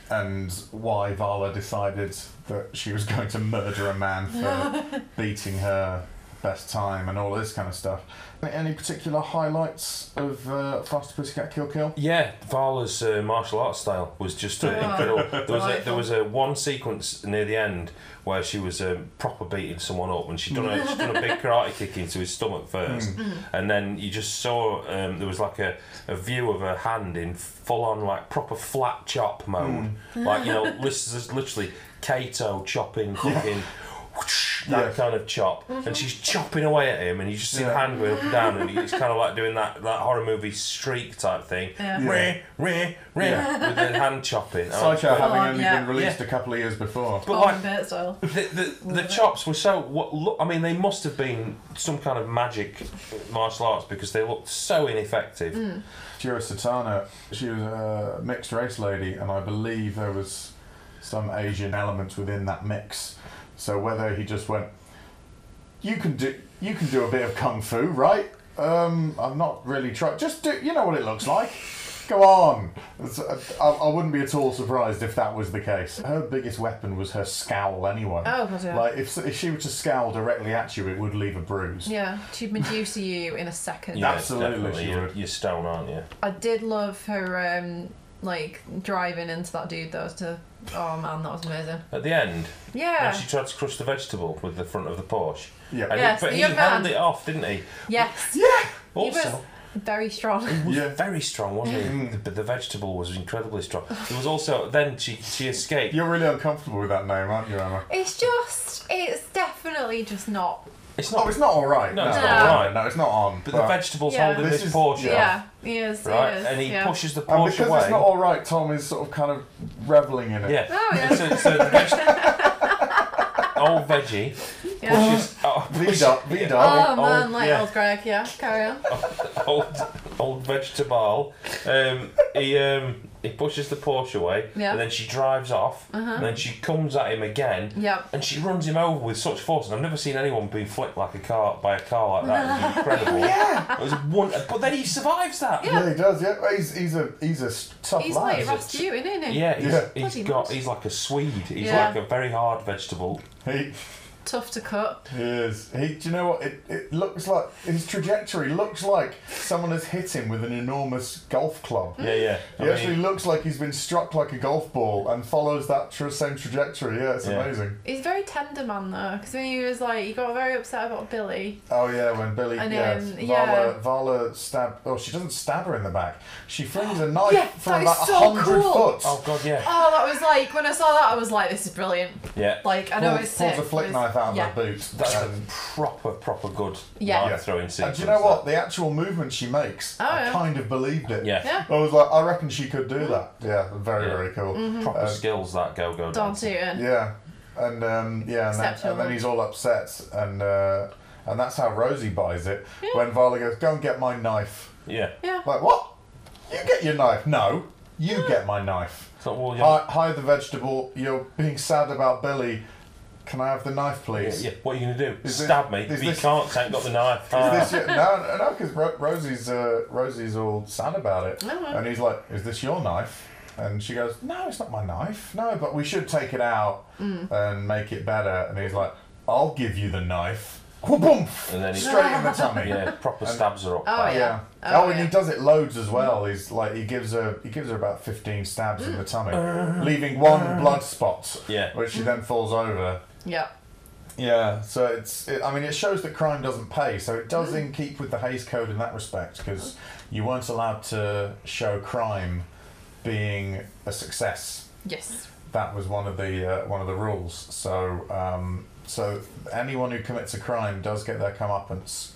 S2: and why Vala decided that she was going to murder a man for beating her best time and all this kind of stuff. Any particular highlights of uh, Faster Pussycat Kill Kill?
S3: Yeah, Vala's uh, martial arts style was just uh,
S4: Right.
S3: incredible. There was a, there
S4: Delightful.
S3: was a one sequence near the end where she was um, proper beating someone up, and she done a she done a big karate kick into his stomach first, and then you just saw um, there was like a, a view of her hand in full on like proper flat chop mode, like you know, this is literally Kato chopping fucking. whoosh, That
S2: Yeah.
S3: kind of chop, and she's chopping away at him, and you just see the
S2: Yeah.
S3: hand going up and down, and it's kind of like doing that, that horror movie streak type thing,
S4: Yeah.
S3: Reh, reh, reh,
S2: Yeah.
S3: with the hand chopping.
S2: Sideshow having
S4: Oh,
S2: only
S4: yeah.
S2: been released
S3: Yeah.
S2: a couple of years before.
S3: But
S4: Golden
S3: like
S4: Bert style.
S3: the, the, the chops were so what look. I mean, they must have been some kind of magic martial arts because they looked so ineffective.
S4: Mm.
S2: Jura Satana, she was a mixed race lady, and I believe there was some Asian elements within that mix. So whether he just went, you can do, you can do a bit of kung fu, right? Um, I've not really tried. Just do, you know what it looks like. Go on. It's- uh, I, I wouldn't be at all surprised if that was the case. Her biggest weapon was her scowl, anyway.
S4: Oh, God, yeah.
S2: Like if, if she were to scowl directly at you, it would leave a bruise.
S4: Yeah, she'd Medusa you in a second.
S2: Yeah. Absolutely,
S3: definitely.
S2: she
S3: You're,
S2: would.
S3: you're stone, aren't you?
S4: I did love her, um, like, driving into that dude, though, to. Oh, man, that was amazing.
S3: At the end,
S4: Yeah.
S3: when she tried to crush the vegetable with the front of the Porsche,
S2: Yeah.
S3: and
S4: Yes,
S3: he, but
S4: the
S3: he
S4: young
S3: handled
S4: man.
S3: it off, didn't he?
S4: Yes. He was
S3: Also,
S4: very strong.
S3: was
S2: Yeah.
S3: very strong, wasn't he?
S2: Mm.
S3: The, but the vegetable was incredibly strong. There was also then she she escaped.
S2: You're really uncomfortable with that name, aren't you, Emma?
S4: It's just, it's definitely just not.
S3: It's
S2: Oh,
S3: not
S2: it's not all right.
S3: No, it's
S4: not all
S3: right.
S2: No, it's not on.
S3: But the vegetable's
S4: Yeah.
S3: holding
S2: This
S3: this,
S2: is-
S3: Porsche,
S2: Yeah.
S4: Yeah, he is.
S3: right?
S4: He is,
S3: And he
S4: yeah.
S3: pushes the
S2: and
S3: Porsche
S2: because
S3: away.
S2: it's not all right, Tom is sort of kind of reveling in it.
S3: yeah.
S4: Oh, yeah.
S3: And so, so the veg- old veggie
S4: Yeah.
S3: pushes oh,
S2: V dot, V
S4: Oh,
S2: dot.
S4: man,
S3: old- Oh,
S4: like
S2: yeah.
S4: old Greg, yeah, carry on.
S3: old old vegetable. Um, he um, he pushes the Porsche away,
S4: Yeah. Uh-huh.
S3: and then she drives off, and then she comes at him again.
S4: Yep.
S3: And she runs him over with such force, and I've never seen anyone being flicked like a car by a car like that. It was incredible.
S2: Yeah.
S3: It was one, but then he survives that.
S4: Yeah.
S2: Yeah, he does. Yeah, Well, he's he's a he's a s- tough
S4: He's
S2: lad.
S4: like Rasputin, isn't he?
S3: Yeah, he's,
S2: Yeah.
S3: he's
S4: Bloody
S3: got
S4: nice.
S3: he's like a Swede. He's
S4: Yeah.
S3: like a very hard vegetable.
S2: He,
S4: Tough to cut.
S2: he is. He, do you know what? It, it looks like his trajectory looks like someone has hit him with an enormous golf club.
S4: Mm.
S3: Yeah, yeah.
S2: He actually looks like he's been struck like a golf ball and follows that tra- same trajectory. Yeah, it's
S3: Yeah.
S2: amazing.
S4: He's a very tender man though, because when he was like, he got very upset about Billy.
S2: Oh yeah, when Billy
S4: And,
S2: yeah,
S4: um,
S2: Vala
S4: yeah.
S2: Vala stab. Oh, she doesn't stab her in the back. She flings a knife
S4: Yeah,
S2: from
S4: that is
S2: about a
S4: so
S2: hundred
S4: cool.
S2: foot.
S3: oh god, yeah.
S4: Oh, that was like, when I saw that, I was like, this is brilliant.
S3: Yeah.
S4: Like, I know
S2: pulls,
S4: it's sick.
S2: pulls a flick
S4: but
S2: knife out of
S4: yeah.
S2: her boot.
S3: That's a
S2: Um,
S3: proper, proper good
S4: Yeah.
S3: knife
S2: Yeah.
S3: throwing
S2: and
S3: sequence.
S2: do you know what?
S3: there.
S2: The actual movement she makes,
S4: Oh,
S2: I
S4: yeah.
S2: kind of believed it.
S3: Yeah.
S4: Yeah.
S2: I was like, I reckon she could do that. Yeah, very,
S3: Yeah.
S2: very cool.
S4: Mm-hmm.
S3: Proper
S2: Um,
S3: skills that go go
S4: Don
S3: down.
S4: Tootin.
S2: Yeah, and um, yeah, and then,
S4: Exceptional.
S2: and then he's all upset, and uh, and that's how Rosie buys it.
S4: Yeah.
S2: When Varley goes, "Go and get my knife."
S3: Yeah.
S4: Yeah.
S2: Like what? You get your knife? No, you get my knife.
S3: It's like, well, yeah.
S2: Hi, hi, the vegetable. You're being sad about Billy. Can I have the knife,
S3: yeah,
S2: please?
S3: yeah. What are you going to do?
S2: Is this-
S3: Stab me.
S2: is
S3: you
S2: this-
S3: can't. I ain't got the knife.
S2: Is
S3: Ah.
S2: this your, no, no, because Ro- Rosie's uh, Rosie's all sad about it,
S4: Mhm.
S2: and he's like, "Is this your knife?" And she goes, "No, it's not my knife. No, but we should take it out
S4: Mm.
S2: and make it better." And he's like, "I'll give you the knife." Whoomp!
S3: And then he-
S2: straight in the tummy.
S3: Ah, yeah, proper stabs her up.
S4: Oh,
S3: like.
S2: Yeah.
S4: yeah.
S2: Oh,
S4: Oh,
S2: and he
S4: yeah.
S2: does it loads as well. He's like he gives her he gives her about fifteen stabs in the
S4: Mm.
S2: tummy,
S3: Uh.
S2: leaving one blood spot,
S3: Yeah.
S2: which she then falls over.
S4: Yeah.
S2: Yeah, so it's. It, I mean, it shows that crime doesn't pay, so it does in keep with the Hayes Code in that respect because you weren't allowed to show crime being a success.
S4: Yes.
S2: That was one of the uh, one of the rules. So um, so anyone who commits a crime does get their comeuppance,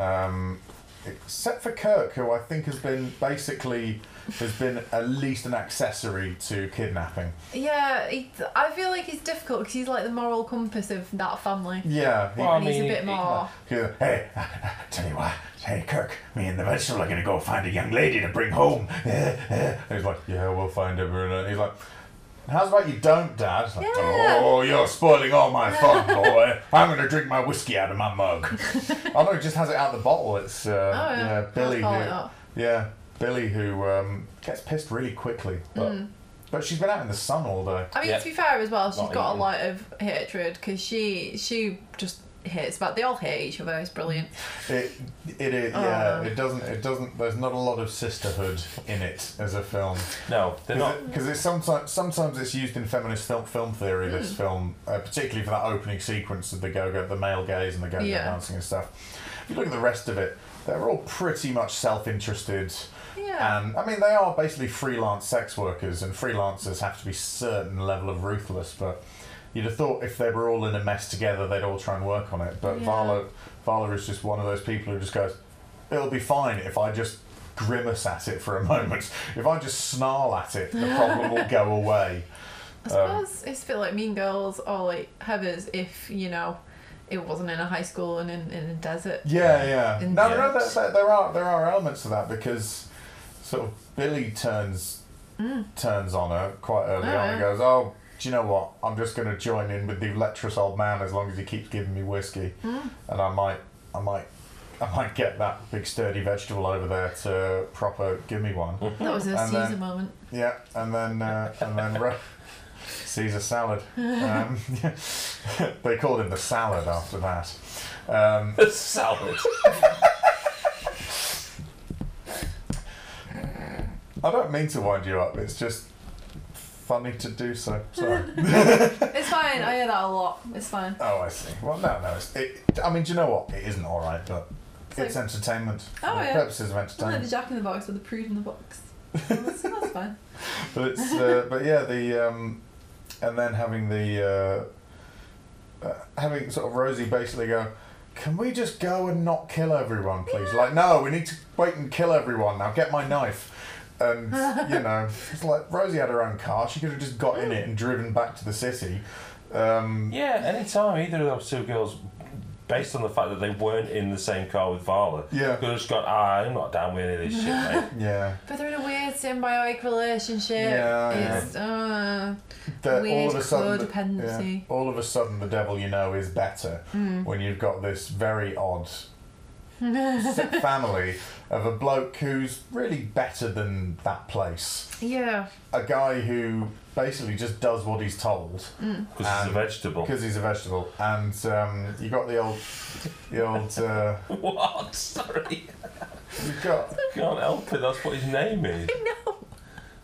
S2: um, except for Kirk, who I think has been basically has been at least an accessory to kidnapping.
S4: Yeah, he, I feel like he's difficult because he's like the moral compass of that family.
S2: Yeah, he-
S3: Well, I
S4: and he's
S3: mean,
S4: a bit
S3: he-
S4: more.
S2: Yeah. Hey, tell you what. Hey, Kirk, me and the vegetable are going to go find a young lady to bring home. Eh, eh. And he's like, yeah, we'll find her. Bruno." He's like, how's about you don't, Dad? He's like,
S4: Yeah.
S2: Oh, you're spoiling all my fun, boy. I'm going to drink my whiskey out of my mug. oh, no, he just has it out of the bottle. It's, uh,
S4: Oh, yeah.
S2: yeah.
S4: I'll
S2: Billy
S4: call
S2: who,
S4: it that.
S2: yeah, Billy who um, gets pissed really quickly. But,
S4: Mm.
S2: but she's been out in the sun all day.
S4: I mean,
S3: Yeah.
S4: to be fair as well, she's
S3: Not
S4: got
S3: even.
S4: a lot of hatred because she she just hates. But they all hate each other. It's brilliant.
S2: It, it is, yeah.
S4: Oh.
S2: It doesn't, it doesn't. There's not a lot of sisterhood in it as a film.
S3: No, they're not.
S2: Because it's sometimes, sometimes it's used in feminist film, film theory. This film, uh, particularly for that opening sequence of the go-go, the male gaze and the go-go
S4: Yeah.
S2: dancing and stuff. If you look at the rest of it, they're all pretty much self-interested.
S4: Yeah.
S2: And I mean, they are basically freelance sex workers, and freelancers have to be certain level of ruthless. But you'd have thought if they were all in a mess together, they'd all try and work on it. But
S4: Yeah.
S2: Vala, Vala is just one of those people who just goes, "It'll be fine if I just." Grimace at it for a moment. If I just snarl at it, the problem will go away.
S4: I
S2: um,
S4: suppose it's a bit like Mean Girls or like Heathers if you know it wasn't in a high school and in, in a desert.
S2: Yeah, yeah.
S4: In
S2: No,
S4: the
S2: no,
S4: end.
S2: there, there, there are there are elements to that because sort of Billy turns turns on her quite early
S4: Oh,
S2: on and
S4: yeah.
S2: goes, "Oh, do you know what? I'm just going to join in with the lecherous old man as long as he keeps giving me whiskey, and I might, I might." I might get that big sturdy vegetable over there to proper give me one.
S4: That was a
S2: And
S4: Caesar
S2: then-
S4: moment.
S2: Yeah, and then uh, and then Ro- Caesar salad. Um, they called him the salad after that. Um,
S3: The salad.
S2: I don't mean to wind you up. It's just funny to do so. Sorry.
S4: It's fine. I hear that a lot. It's fine.
S2: oh, I see. Well, no, no. It's, it, I mean, do you know what? It isn't all right, but it's,
S4: So-
S2: entertainment for
S4: Oh,
S2: the
S4: yeah.
S2: purposes of
S4: It's not like the
S2: entertainment.
S4: Jack in the Box with the prude in the box. That's, that's fine.
S2: But it's, uh, but yeah, the um, and then having the uh, uh, having sort of Rosie basically go. Can we just go and not kill everyone, please? Like, no, we need to wait and kill everyone. Now get my knife. And, you know, it's like Rosie had her own car. She could have just got in it and driven back to the city. Um,
S3: yeah, anytime either of those two girls, based on the fact that they weren't in the same car with Varla,
S2: Yeah.
S3: could have just gone, ah, I'm not down with any of this shit, mate.
S2: Yeah.
S4: But they're in a weird symbiotic relationship.
S2: Yeah,
S4: it's, Uh,
S2: that
S4: Weird
S2: all of a sudden, the-
S4: codependency.
S2: yeah, all of a sudden, the devil you know is better
S4: Hmm.
S2: when you've got this very odd sick family of a bloke who's really better than that place.
S4: yeah.
S2: A guy who basically just does what he's told
S4: mm.
S3: Because it's a
S2: Um,
S3: vegetable.
S2: because he's a vegetable, and um, you got the old, the old, uh,
S3: What? Sorry.
S2: you've got
S3: Can't help it, that's what his name is.
S4: No.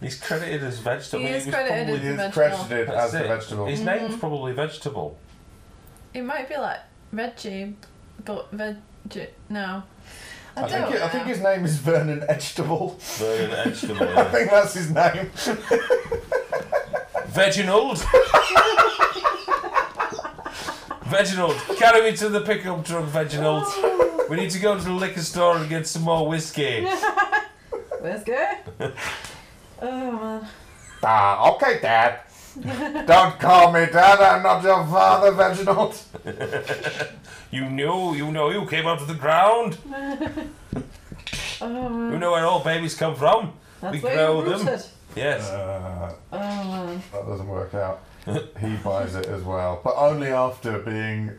S3: He's credited as vegetable.
S4: He is
S3: was
S4: credited Mm-hmm.
S3: probably-
S2: he
S4: It's
S2: is
S4: vegetable.
S2: credited
S3: That's
S2: as the
S3: it.
S2: vegetable.
S3: His name's probably vegetable.
S4: It might be like Reggie, but Reggie. No. I,
S2: I
S4: don't
S2: think,
S4: know.
S2: it- I think his name is Vernon Vegetable.
S3: Vernon vegetable.
S2: I think that's his name.
S3: Veginald! Veginald, carry me to the pickup truck, Veginald. We need to go to the liquor store and get some more whiskey.
S1: Let's go. oh man.
S2: Ah, okay, Dad. Don't call me Dad. I'm not your father, Reginald.
S3: You know, you know, you came out of the ground.
S1: Oh man.
S3: You know where all babies come from.
S1: That's
S3: we
S1: where
S3: grow
S1: you
S3: them.
S1: rooted.
S3: Yes.
S2: Uh,
S1: Oh man.
S2: that doesn't work out. He buys it as well, but only after being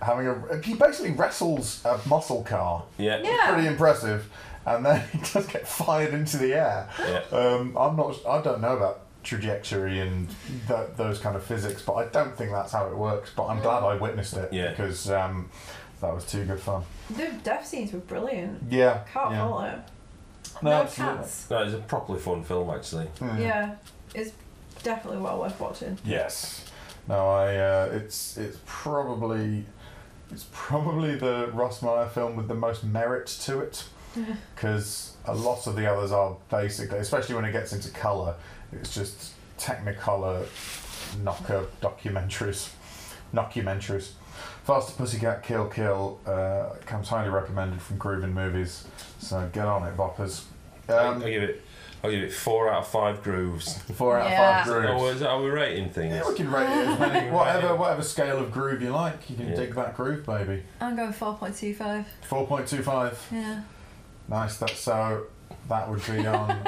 S2: having a. He basically wrestles a muscle car.
S3: Yeah.
S1: Yeah.
S2: Pretty impressive, and then he does get fired into the air.
S3: Yeah.
S2: Um, I'm not. I don't know about trajectory and th- those kind of physics, but I don't think that's how it works. But I'm glad I witnessed it
S3: Yeah.
S2: because um, that was too good fun.
S1: The death scenes were brilliant.
S2: Yeah.
S1: Can't
S2: yeah.
S1: fault it. No,
S2: No, absolutely.
S1: cats.
S3: No, it's a properly fun film actually.
S2: Hmm.
S1: Yeah. It's definitely well worth watching.
S2: Yes. No, I. Uh, it's it's probably it's probably the Ross Meyer film with the most merit to it, because a lot of the others are basically, especially when it gets into color, it's just Technicolor knocker documentaries, documentaries. Faster Pussycat Kill Kill uh, comes highly recommended from Groovin Movies, so get on it, boppers.
S3: I, I
S2: Um,
S3: give it. I give it four out of five grooves.
S2: four out
S4: Yeah.
S2: of five grooves.
S3: Oh, is that how we rating things?
S2: Yeah, we can rate it as many,
S3: Right.
S2: whatever, whatever scale of groove you like. You can
S3: Yeah.
S2: dig that groove, baby.
S4: I'm going 4.25.
S2: 4.25.
S4: Yeah.
S2: Nice. That, so that would be on.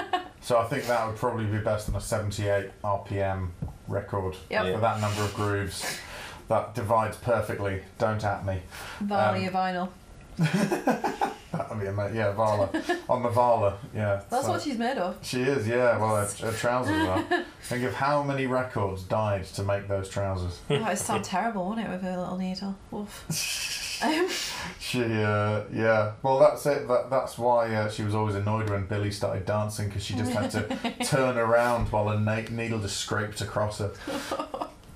S2: so I think that would probably be best on a 78 RPM record
S4: Yep.
S3: Yeah.
S2: for that number of grooves. That divides perfectly. Don't at me.
S4: Valley
S2: Um,
S4: of vinyl.
S2: That would be ama- yeah, Vala on the Vala. Yeah.
S4: That's
S2: So-
S4: what she's made of.
S2: She is, yeah. Well, her, her trousers are. Think of how many records died to make those trousers.
S4: Oh, it sounded terrible, wouldn't it, with her little needle? Woof. Um,
S2: She, uh, yeah. Well, that's it. That, that's why uh, she was always annoyed when Billy started dancing because she just had to turn around while a na- needle just scraped across her.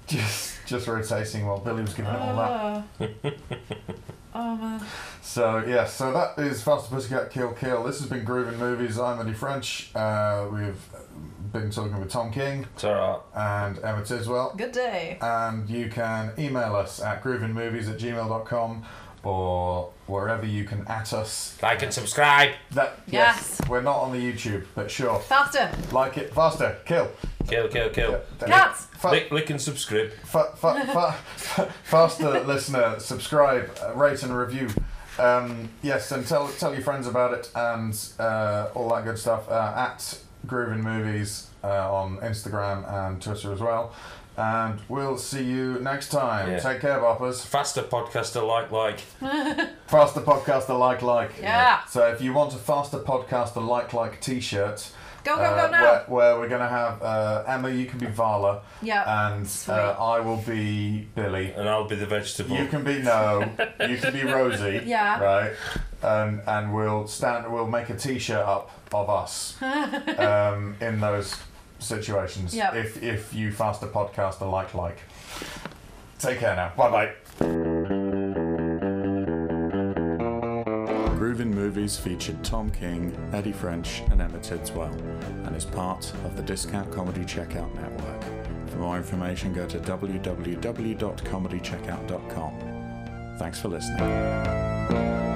S2: just, just rotating while Billy was giving it all that.
S1: Oh. oh man.
S2: So yeah, so that is Faster Pussycat Kill Kill. This has been Groovin Movies. I'm Eddie French. Uh, we've been talking with Tom King
S3: It's alright.
S2: and Emma Tiswell.
S1: Good day.
S2: and you can email us at groovinmovies at gmail.com or wherever you can at us.
S3: Like and subscribe.
S2: That yes. We're not on the YouTube, but sure.
S4: faster.
S2: Like it faster. Kill.
S3: Kill, kill, kill.
S4: Cats.
S2: Fa-
S3: Lick, lick and subscribe.
S2: fa- fa- fa- fa- faster listener, subscribe, uh, rate and review. Um, yes, and tell tell your friends about it and uh, all that good stuff uh, at Groovin Movies uh, on Instagram and Twitter as well. And we'll see you next time.
S3: Yeah.
S2: Take care, boppers.
S3: Faster podcaster like like.
S2: Faster podcaster like like.
S4: Yeah.
S2: So if you want a faster podcaster like like T-shirt,
S4: Go, go,
S2: uh,
S4: go now.
S2: Where, where we're gonna have uh, Emma, you can be Vala,
S4: Yeah.
S2: and uh,
S4: Sweet.
S2: I will be Billy.
S3: And I'll be the vegetable.
S2: You can be no, you can be Rosie.
S4: Yeah.
S2: Right. And and we'll stand. We'll make a T-shirt up of us um, in those situations.
S4: Yep.
S2: If if you faster podcaster like like. Take care now. Bye bye. Groovin Movies featured Tom King, Eddie French, and Emma Tidswell, and is part of the Discount Comedy Checkout Network. For more information, go to www.comedycheckout.com. Thanks for listening.